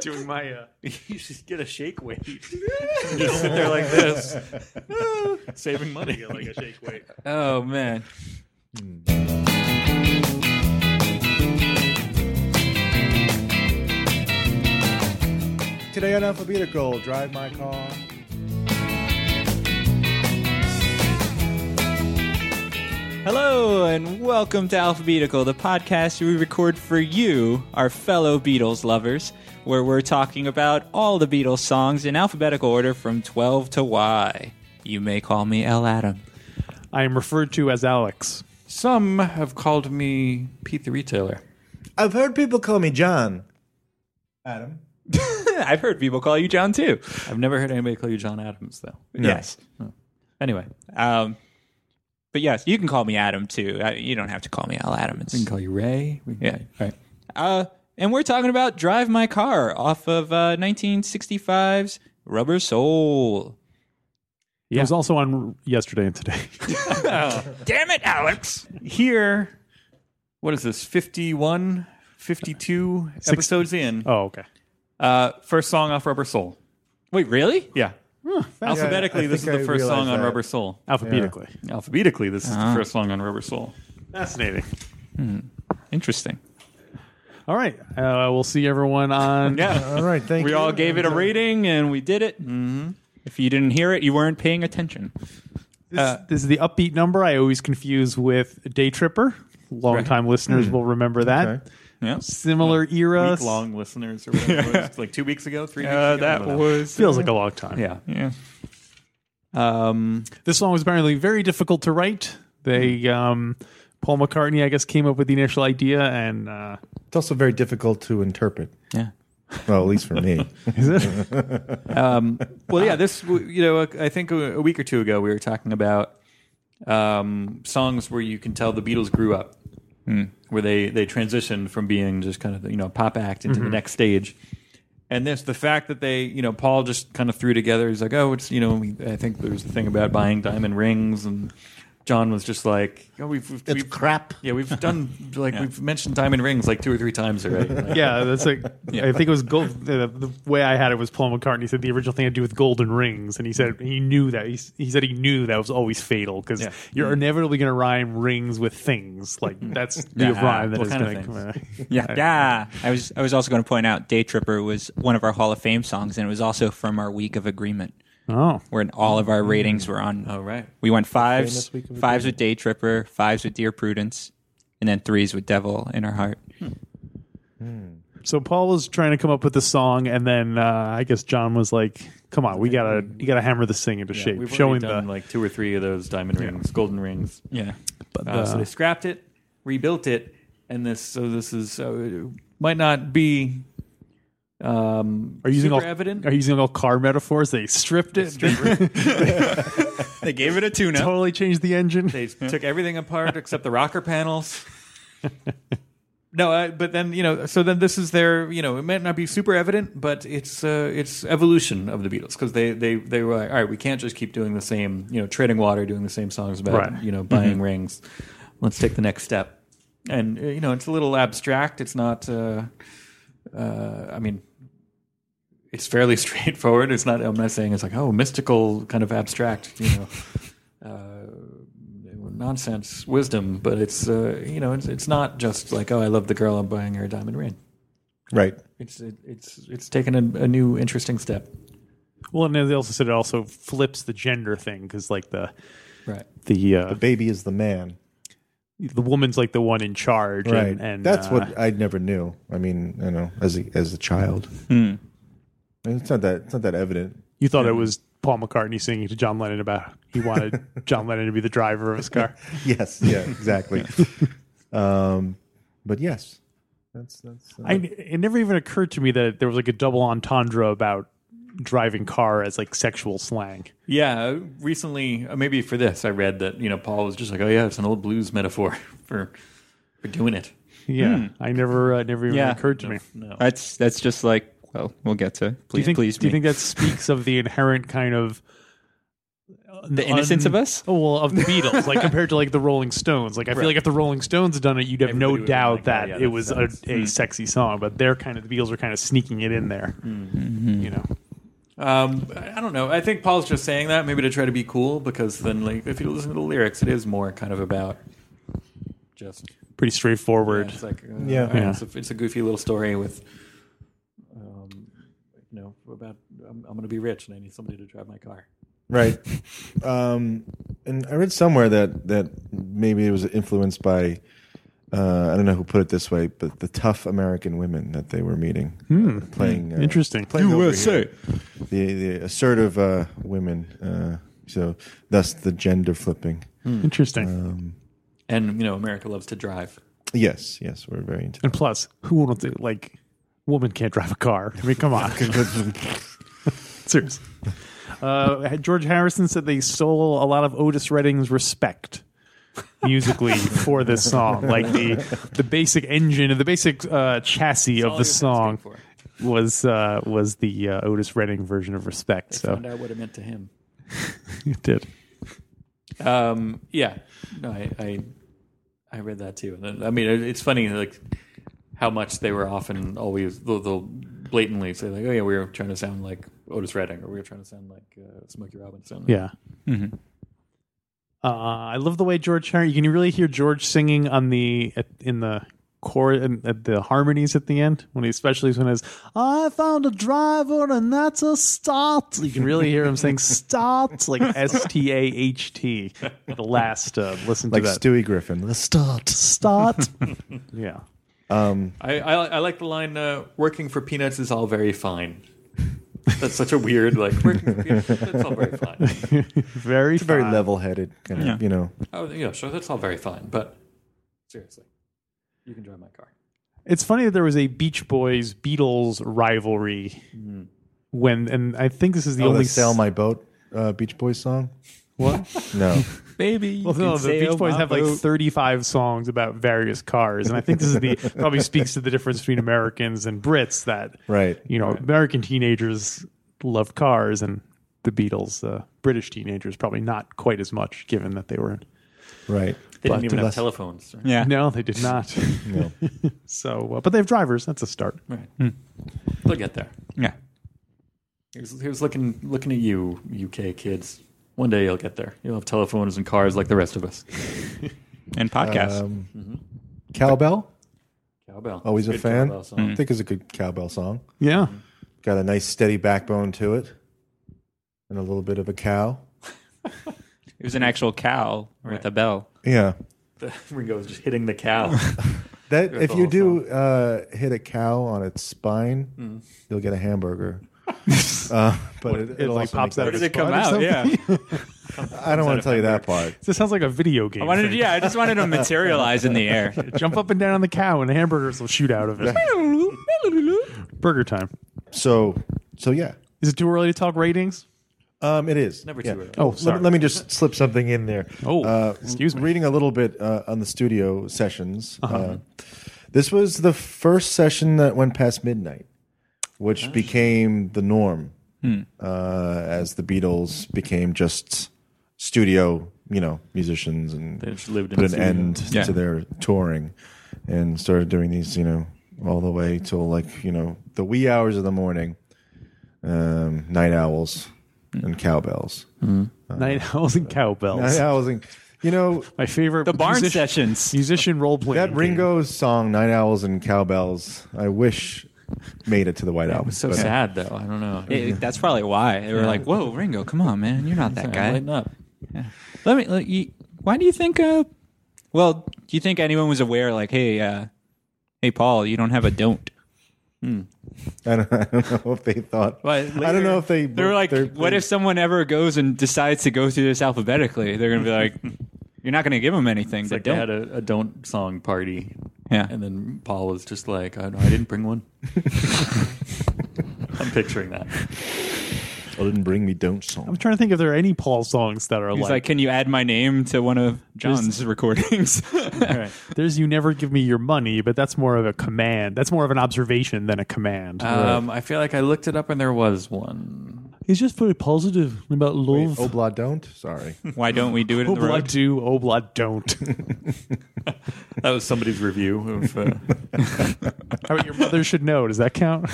doing my uh, you should get a shake weight. Just sit there like this, saving money. yeah, like a shake weight. Oh man. Today on Alphabetical, drive my car. Hello and welcome to Alphabetical, the podcast we record for you, our fellow Beatles lovers, where we're talking about all the Beatles songs in alphabetical order from 12 to Y. You may call me L. Adam. I am referred to as Alex. Some have called me Pete the Retailer. I've heard people call me John. Adam. I've heard people call you John too. I've never heard anybody call you John Adams though. Yes. Oh. Anyway, Um, but yes, you can call me Adam too. I, you don't have to call me L. Adam. It's, we can call you Ray. We can Yeah. Call you, all right. Uh, and we're talking about Drive My Car off of uh, 1965's Rubber Soul. It was also on yesterday and today. Damn it, Alex. Here, what is this? 51, 52 episodes in. Oh, okay. Uh, first song off Rubber Soul. Wait, really? Yeah. Alphabetically, Yeah, I this is think the I first song realized on that. Rubber Soul. Alphabetically. Alphabetically, this is the first song on Rubber Soul. Fascinating. Interesting. All right. Uh, we'll see everyone on. uh, Yeah. All right, thank We you. all Gave it a rating and we did it. Mm-hmm. If you didn't hear it, you weren't paying attention. This, this is the upbeat number I always confuse with Day Tripper. Longtime listeners will remember that. Okay. Yeah. Similar era. Week long listeners or whatever. it was, like two weeks ago, three weeks Uh, ago. I that don't know. was. Feels like a long time. Yeah. Yeah. Um, This song was apparently very difficult to write. Hmm. They, um, Paul McCartney, I guess, came up with the initial idea, and uh, It's also very difficult to interpret. Yeah. Well, at least for me. well, Uh, yeah, this, you know, I think a week or two ago, we were talking about um, songs where you can tell the Beatles grew up, Hmm. where they, they transitioned from being just kind of, you know, pop act into Mm-hmm. the next stage. And this, the fact that they, you know, Paul just kind of threw together, he's like, oh, it's, you know, we- I think there was the thing about buying diamond rings. And John was just like, oh, we've, we've, we've crap. yeah, we've done, like, we've mentioned diamond rings like two or three times already. Like, yeah, that's like I think it was gold. The, the way I had it was Paul McCartney said the original thing had to do with golden rings, and he said he knew that he, s- he said he knew that was always fatal because Yeah. you're inevitably going to rhyme rings with things like that's the Yeah, rhyme that what is kind of gonna come out. Yeah. Yeah. I was I was also going to point out Day Tripper was one of our Hall of Fame songs and it was also from our week of agreement Oh, where all of our ratings were on All right. We went fives, Famous week of fives with Day Tripper, fives with Dear Prudence, and then threes with Devil in Her Heart. so Paul was trying to come up with the song, and then uh, I guess John was like, "Come on, we gotta you gotta hammer this thing into shape." We've showing already the done like two or three of those diamond rings, golden rings. Yeah. Uh, so they scrapped it, rebuilt it, and this. So this is so it might not be. Um, are you using all super evident? are you using all car metaphors? They stripped it, They gave it a tune up. totally changed the engine. they took everything apart except the rocker panels. no, I, but then you know. So then this is their. You know, it might not be super evident, but it's uh, it's evolution of the Beatles because they they they were like, all right, we can't just keep doing the same. You know, treading water, doing the same songs about Right. you know buying rings. Let's take the next step, and uh, you know, it's a little abstract. It's not. Uh, uh, I mean. It's fairly straightforward. It's not. I'm not saying it's like oh mystical kind of abstract, you know nonsense wisdom, but it's uh, you know it's it's not just like oh I love the girl I'm buying her a diamond ring. Right. It's it, it's it's taken a, a new interesting step. Well, and they also said it also flips the gender thing because like the Right. the uh, Baby is the man. the, woman's like the one in charge, Right. And, and That's uh, what I never knew. I mean, you know, as a, as a child. And It's not that it's not that evident. you thought it was Paul McCartney singing to John Lennon about he wanted John Lennon to be the driver of his car. Yes. Yeah. Exactly. um, but yes, that's that's. Uh, I it never even occurred to me that there was like a double entendre about driving car as like sexual slang. Yeah. Recently, uh, maybe for this, I read that you know Paul was just like oh yeah it's an old blues metaphor for for doing it. Yeah, Hmm. I never uh, never even Yeah. occurred to me. No. That's that's just like well, we'll get to. Please do you think please do you me. think that speaks of the inherent kind of The innocence uh, un- of us? Oh well, of the Beatles, like compared to like the Rolling Stones. Like I feel like if the Rolling Stones had done it, you'd have Everybody no would've been doubt like, oh, that yeah, it that was a, sucks. a sexy song. But they're kind of the Beatles are kind of sneaking it in there. You know, Um, I I don't know. I think Paul's just saying that maybe to try to be cool because then, like, if you listen to the lyrics, it is more kind of about just pretty straightforward. Yeah, it's like uh, Yeah. yeah, It's, a, it's a goofy little story with, um, you know, about I'm, I'm going to be rich and I need somebody to drive my car. Right. Um, and I read somewhere that that maybe it was influenced by uh, I don't know who put it this way, but the tough American women that they were meeting uh, playing uh, Hmm. Interesting. playing over here. the the assertive uh, women. Uh, so thus the gender flipping. Uh, Um, Interesting. And, you know, America loves to drive. Yes, yes, we're very into. and plus, who wouldn't think, like woman can't drive a car? I mean, come on, seriously. Uh, George Harrison said they stole a lot of Otis Redding's respect musically for this song, like the the basic engine and the basic uh, chassis of all the he was asking song. for. was uh, was the uh, Otis Redding version of Respect. so Find out what it meant to him. it did. Um, yeah, no, I, I I read that too. And I mean, it- it's funny like how much they were often always they'll, they'll blatantly say like, oh yeah, we were trying to sound like Otis Redding or we were trying to sound like uh, Smokey Robinson. Yeah. Uh, I love the way George. Har- You can really hear George singing on the at, in the core and at the harmonies at the end when he especially when his I found a driver and that's a start. You can really hear him saying start like S T A H T. The last uh, listen to Like that Stewie Griffin. Let's start. start. yeah. I, I I like the line uh, "working for peanuts is all very fine." That's such a weird like working for peanuts. That's all very fine. Very Very fine. level-headed, kind of, Yeah. you know. Oh yeah, sure, that's all very fine. But seriously, you can drive my car. It's funny that there was a Beach Boys Beatles rivalry when, and I think this is the Oh, only the sail s- my boat, uh, Beach Boys song. What? No, Baby. Well, no, the Beach Boys have like 35 songs about various cars, and I think this is the probably speaks to the difference between Americans and Brits that right. you know American teenagers love cars and the Beatles, uh, British teenagers probably not quite as much, given that they were. Right. They But didn't even to have us- telephones. Right? Yeah. No, they did not. No. so, uh, but they have drivers. That's a start. They'll get there. Yeah. Here's, here's looking looking at you, UK kids. One day you'll get there. You'll have telephones and cars like the rest of us. And podcasts. Um, Mm-hmm. Cowbell. Cowbell. Always It's Oh, a good fan. cowbell song. I think is a good cowbell song. Yeah, Got a nice steady backbone to it, and a little bit of a cow. it was an actual cow with a bell. Yeah. Ringo's just hitting the cow. That if the you whole do uh, hit a cow on its spine, you'll get a hamburger. uh, but it, Mm. it like pops out. of Does its it come butt or out? something? Yeah. I don't want to tell you that part. This sounds like a video game. I wanted to, yeah, I just wanted to materialize in the air. Jump up and down on the cow, and hamburgers will shoot out of it. Burger time. So, so yeah, Is it too early to talk ratings? um, it is Never yeah. too early. Oh, Let- sorry. Let, me just slip something in there. Uh, Oh, excuse me. Reading a little bit uh, on the studio sessions. Uh-huh. uh this was the first session that went past midnight, which became the norm Hmm. uh, as the Beatles became just studio, you know, musicians and They just lived in put the studio. an end Yeah. to their touring and started doing these, you know, all the way till like, you know, the wee hours of the morning, um, night owls and cowbells. Night owls and cowbells. Night owls and, you know, My favorite. The barn musician, sessions. Musician role playing. that Ringo's song, Night Owls and Cowbells, I wish made it to the White Album. so but- sad though. I don't know. It- that's probably why they were like, "Whoa, Ringo, come on, man, you're not that guy." Lighten up. Let me. Let you, why do you think? Uh, well, do you think anyone was aware? Like, hey, uh, hey, Paul, you don't have a don't. I don't, I don't know if they thought. Well, I later- don't know if they. They were like, they're- what if someone ever goes and decides to go through this alphabetically? They're gonna be like, you're not gonna give them anything, but Like they don't. had a, a don't song party, yeah, and then Paul was just like, "I, I didn't bring one." I'm picturing that. I didn't bring me don't song. I'm trying to think if there are any Paul songs that are he's like, like, can you add my name to one of John's recordings? There's you never give me your money, but that's more of a Uh, command. That's more of an observation than a command. Um, I feel like I looked it up and there was one. He's just very positive about love. Obla Oh, don't. Sorry. Why don't we do it in oh, the Obla road? do, Obla don't. That was somebody's review of. Uh, How about your mother should know? Does that count?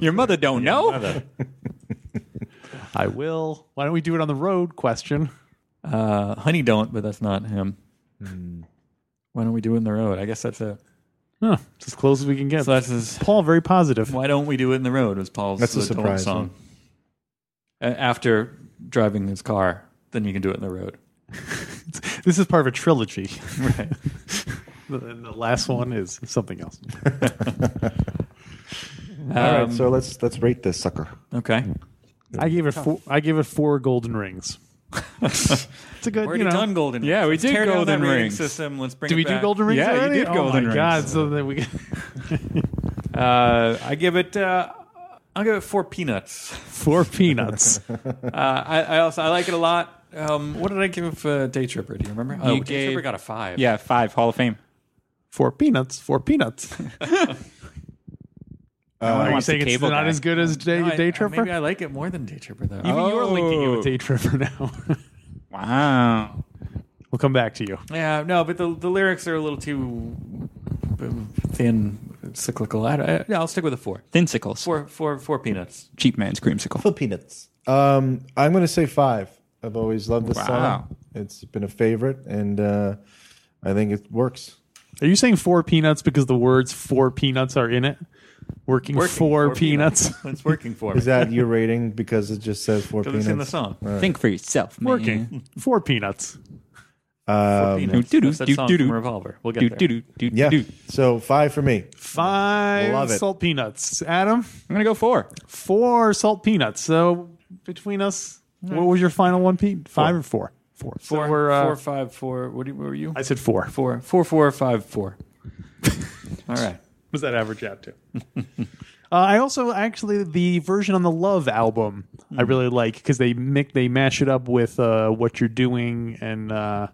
Your mother don't know. I will. Why don't we do it on the road? Question. uh, honey, don't, but that's not him. Hmm. Why don't we do it in the road? I guess that's it. Huh. It's as close as we can get. So that's his. Paul, very positive. Why don't we do it in the road? Was Paul's That's a the Dolan surprise, song. A- After driving his car, then you can do it in the road. This is part of a trilogy. Right. And the last one is something else. All Um, right. So let's let's rate this sucker. Okay. I gave it four. I gave it four golden rings. it's a good. Already you know, done golden. Yeah, Rings. we Let's did tear down golden that rating rings. System. Let's bring. Did it we do back. golden rings? Yeah, you already? did oh golden my rings. God! So then we. Uh, I give it. Uh, I'll give it four peanuts. Four peanuts. Uh, I, I also I like it a lot. Um, what did I give uh, Day Tripper? Do you remember? Oh, You Day gave- Tripper got a five. Yeah, five Hall of Fame. Four peanuts. Four peanuts. Are Oh, you wants the saying it's cable not guy. as good as Day, No, I- day I- Tripper? Maybe I like it more than Day Tripper though. Even you're linking it Oh. with Day Tripper now. Wow. we'll come back to you. yeah, no, but the the lyrics are a little too um, thin, cyclical. I, I, yeah, I'll stick with a four. Thinsicles. Four, four, four peanuts. Cheap man's creamsicle. Full peanuts. Um, I'm going to say five. I've always loved this Wow. song. It's been a favorite, and uh, I think it works. Are you saying four peanuts because the words four peanuts are in it? Working, Working four, peanuts. it's working for me. Is that your rating? Because it just says four Because peanuts. it's in the song. Think for yourself, man. Working. Four peanuts. Four peanuts. do-do, That's that do-do. song from Revolver. We'll get Do, there. do, do, do, Um, Yeah. do. So five for me. Five Love it. salt peanuts. Adam, I'm gonna go four. four salt peanuts. So between us, what was your final one, Pete? Five or four? Four. So Four, we're, uh, four, five, four. What, do you, what were you? I said four. Four, four, four, five, four. All right. was that average out to? uh, I also actually the version on the Love album I really like because they mix they mash it up with uh, what you're doing and uh,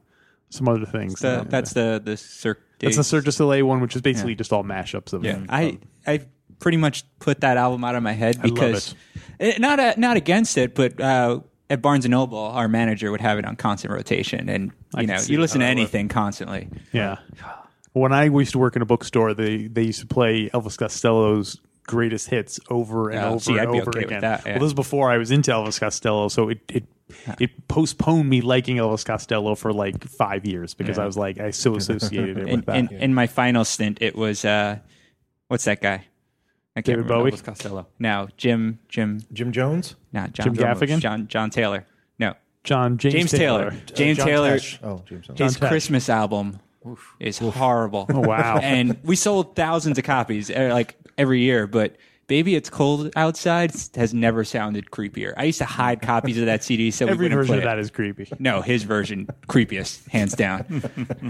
some other things. The, uh, that's the the Cirque. it's the Cirque du Soleil one, which is basically just all mashups of Mm. Yeah, I I pretty much put that album out of my head love because eh, not uh not against it, but uh, at Barnes and Noble, our manager would have it on constant rotation, and you know see you listen to how that anything constantly. Yeah. When I used to work in a bookstore, they they used to play Elvis Costello's greatest hits over and Oh, over see, and I'd be over okay with again. that, yeah. Well, this was before I was into Elvis Costello, so it it it postponed me liking Elvis Costello for like five years because I was like I so associated it with In, that. in, in my final stint, it was uh, what's that guy? I can't David Bowie, Elvis Costello. No, Jim Jim Jim Jones. not John Jim Gaffigan? John John Taylor. No, John James, James Taylor. James John Taylor. Tesh. Oh, James. Jones. His Tesh. Christmas album is horrible. Oh, wow. and we sold thousands of copies eh, like every year, but Baby It's Cold Outside has never sounded creepier. I used to hide copies of that CD so we Every wouldn't version play of it. that is creepy. No, his version creepiest, hands down,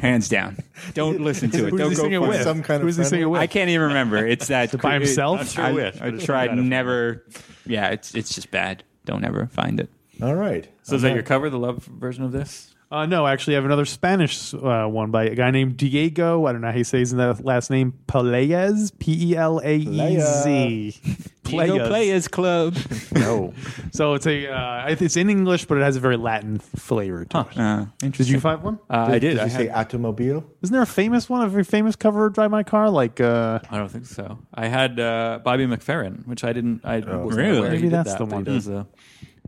hands down. Don't listen to it. Who's Don't he go. singing it for with? some kind of Who's he singing it friendly- with? I can't even remember. It's that by creepy- himself? I'm sure I, with, I but it's tried kind of- never. Yeah, it's it's just bad. Don't ever find it. All right. So is that your cover, the love version of this? Uh, no, actually, I have another Spanish uh, one by a guy named Diego. I don't know how he says that last name. Pelaez, P E L A E Z. Diego Players Club. No. so it's a uh, it- it's in English, but it has a very Latin flavor to it. Uh, Did interesting. you find one? Uh, I did. Did I, you had- say automobile? Isn't there a famous one? A very famous cover of Drive My Car? Like uh, I don't think so. I had uh, Bobby McFerrin, which I didn't. I Oh. wasn't Really? aware he Maybe did that's that, the but he one. Does, uh,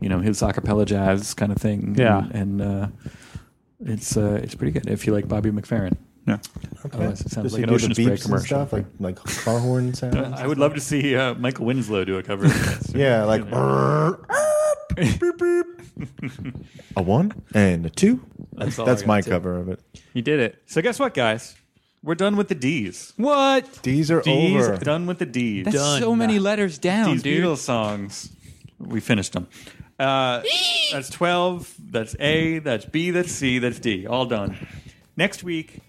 you know his acapella jazz kind of thing. Yeah. and, and uh, it's uh, it's pretty good if you like Bobby McFerrin. No. Otherwise, it sounds Does like he an do Ocean the Spray beeps and commercial. stuff like like car horn sounds? I would love to see uh, Michael Winslow do a cover. of this. Yeah, like brrr, ah, beep, beep. a one and a two. That's, all Oh, I that's got, my too. cover of it. You did it. So guess what, guys? We're done with the D's. What? These are D's over. done with the D's. That's so many letters down, These dude. Beatles songs. We finished them. Uh, that's 12. That's A. That's B. That's C. That's D. All done. Next week,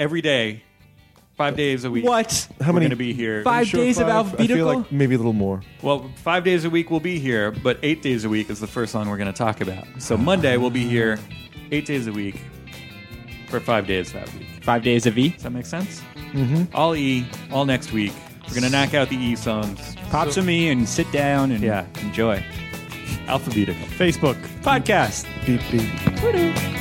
every day, five days a week. What? How We're many- going to be here. Five Sure, days of five. I feel alphabetical. like maybe a little more. Well, five days a week we'll be here, but eight days a week is the first song we're going to talk about. So Monday we'll be here eight days a week for five days that week. Five days of E. Does that make sense? Mm-hmm. All E, all next week. We're going to knock out the E songs. Pop some E and sit down and Yeah. enjoy. Alphabetical. Facebook. Podcast. Beep beep. Woo-doo.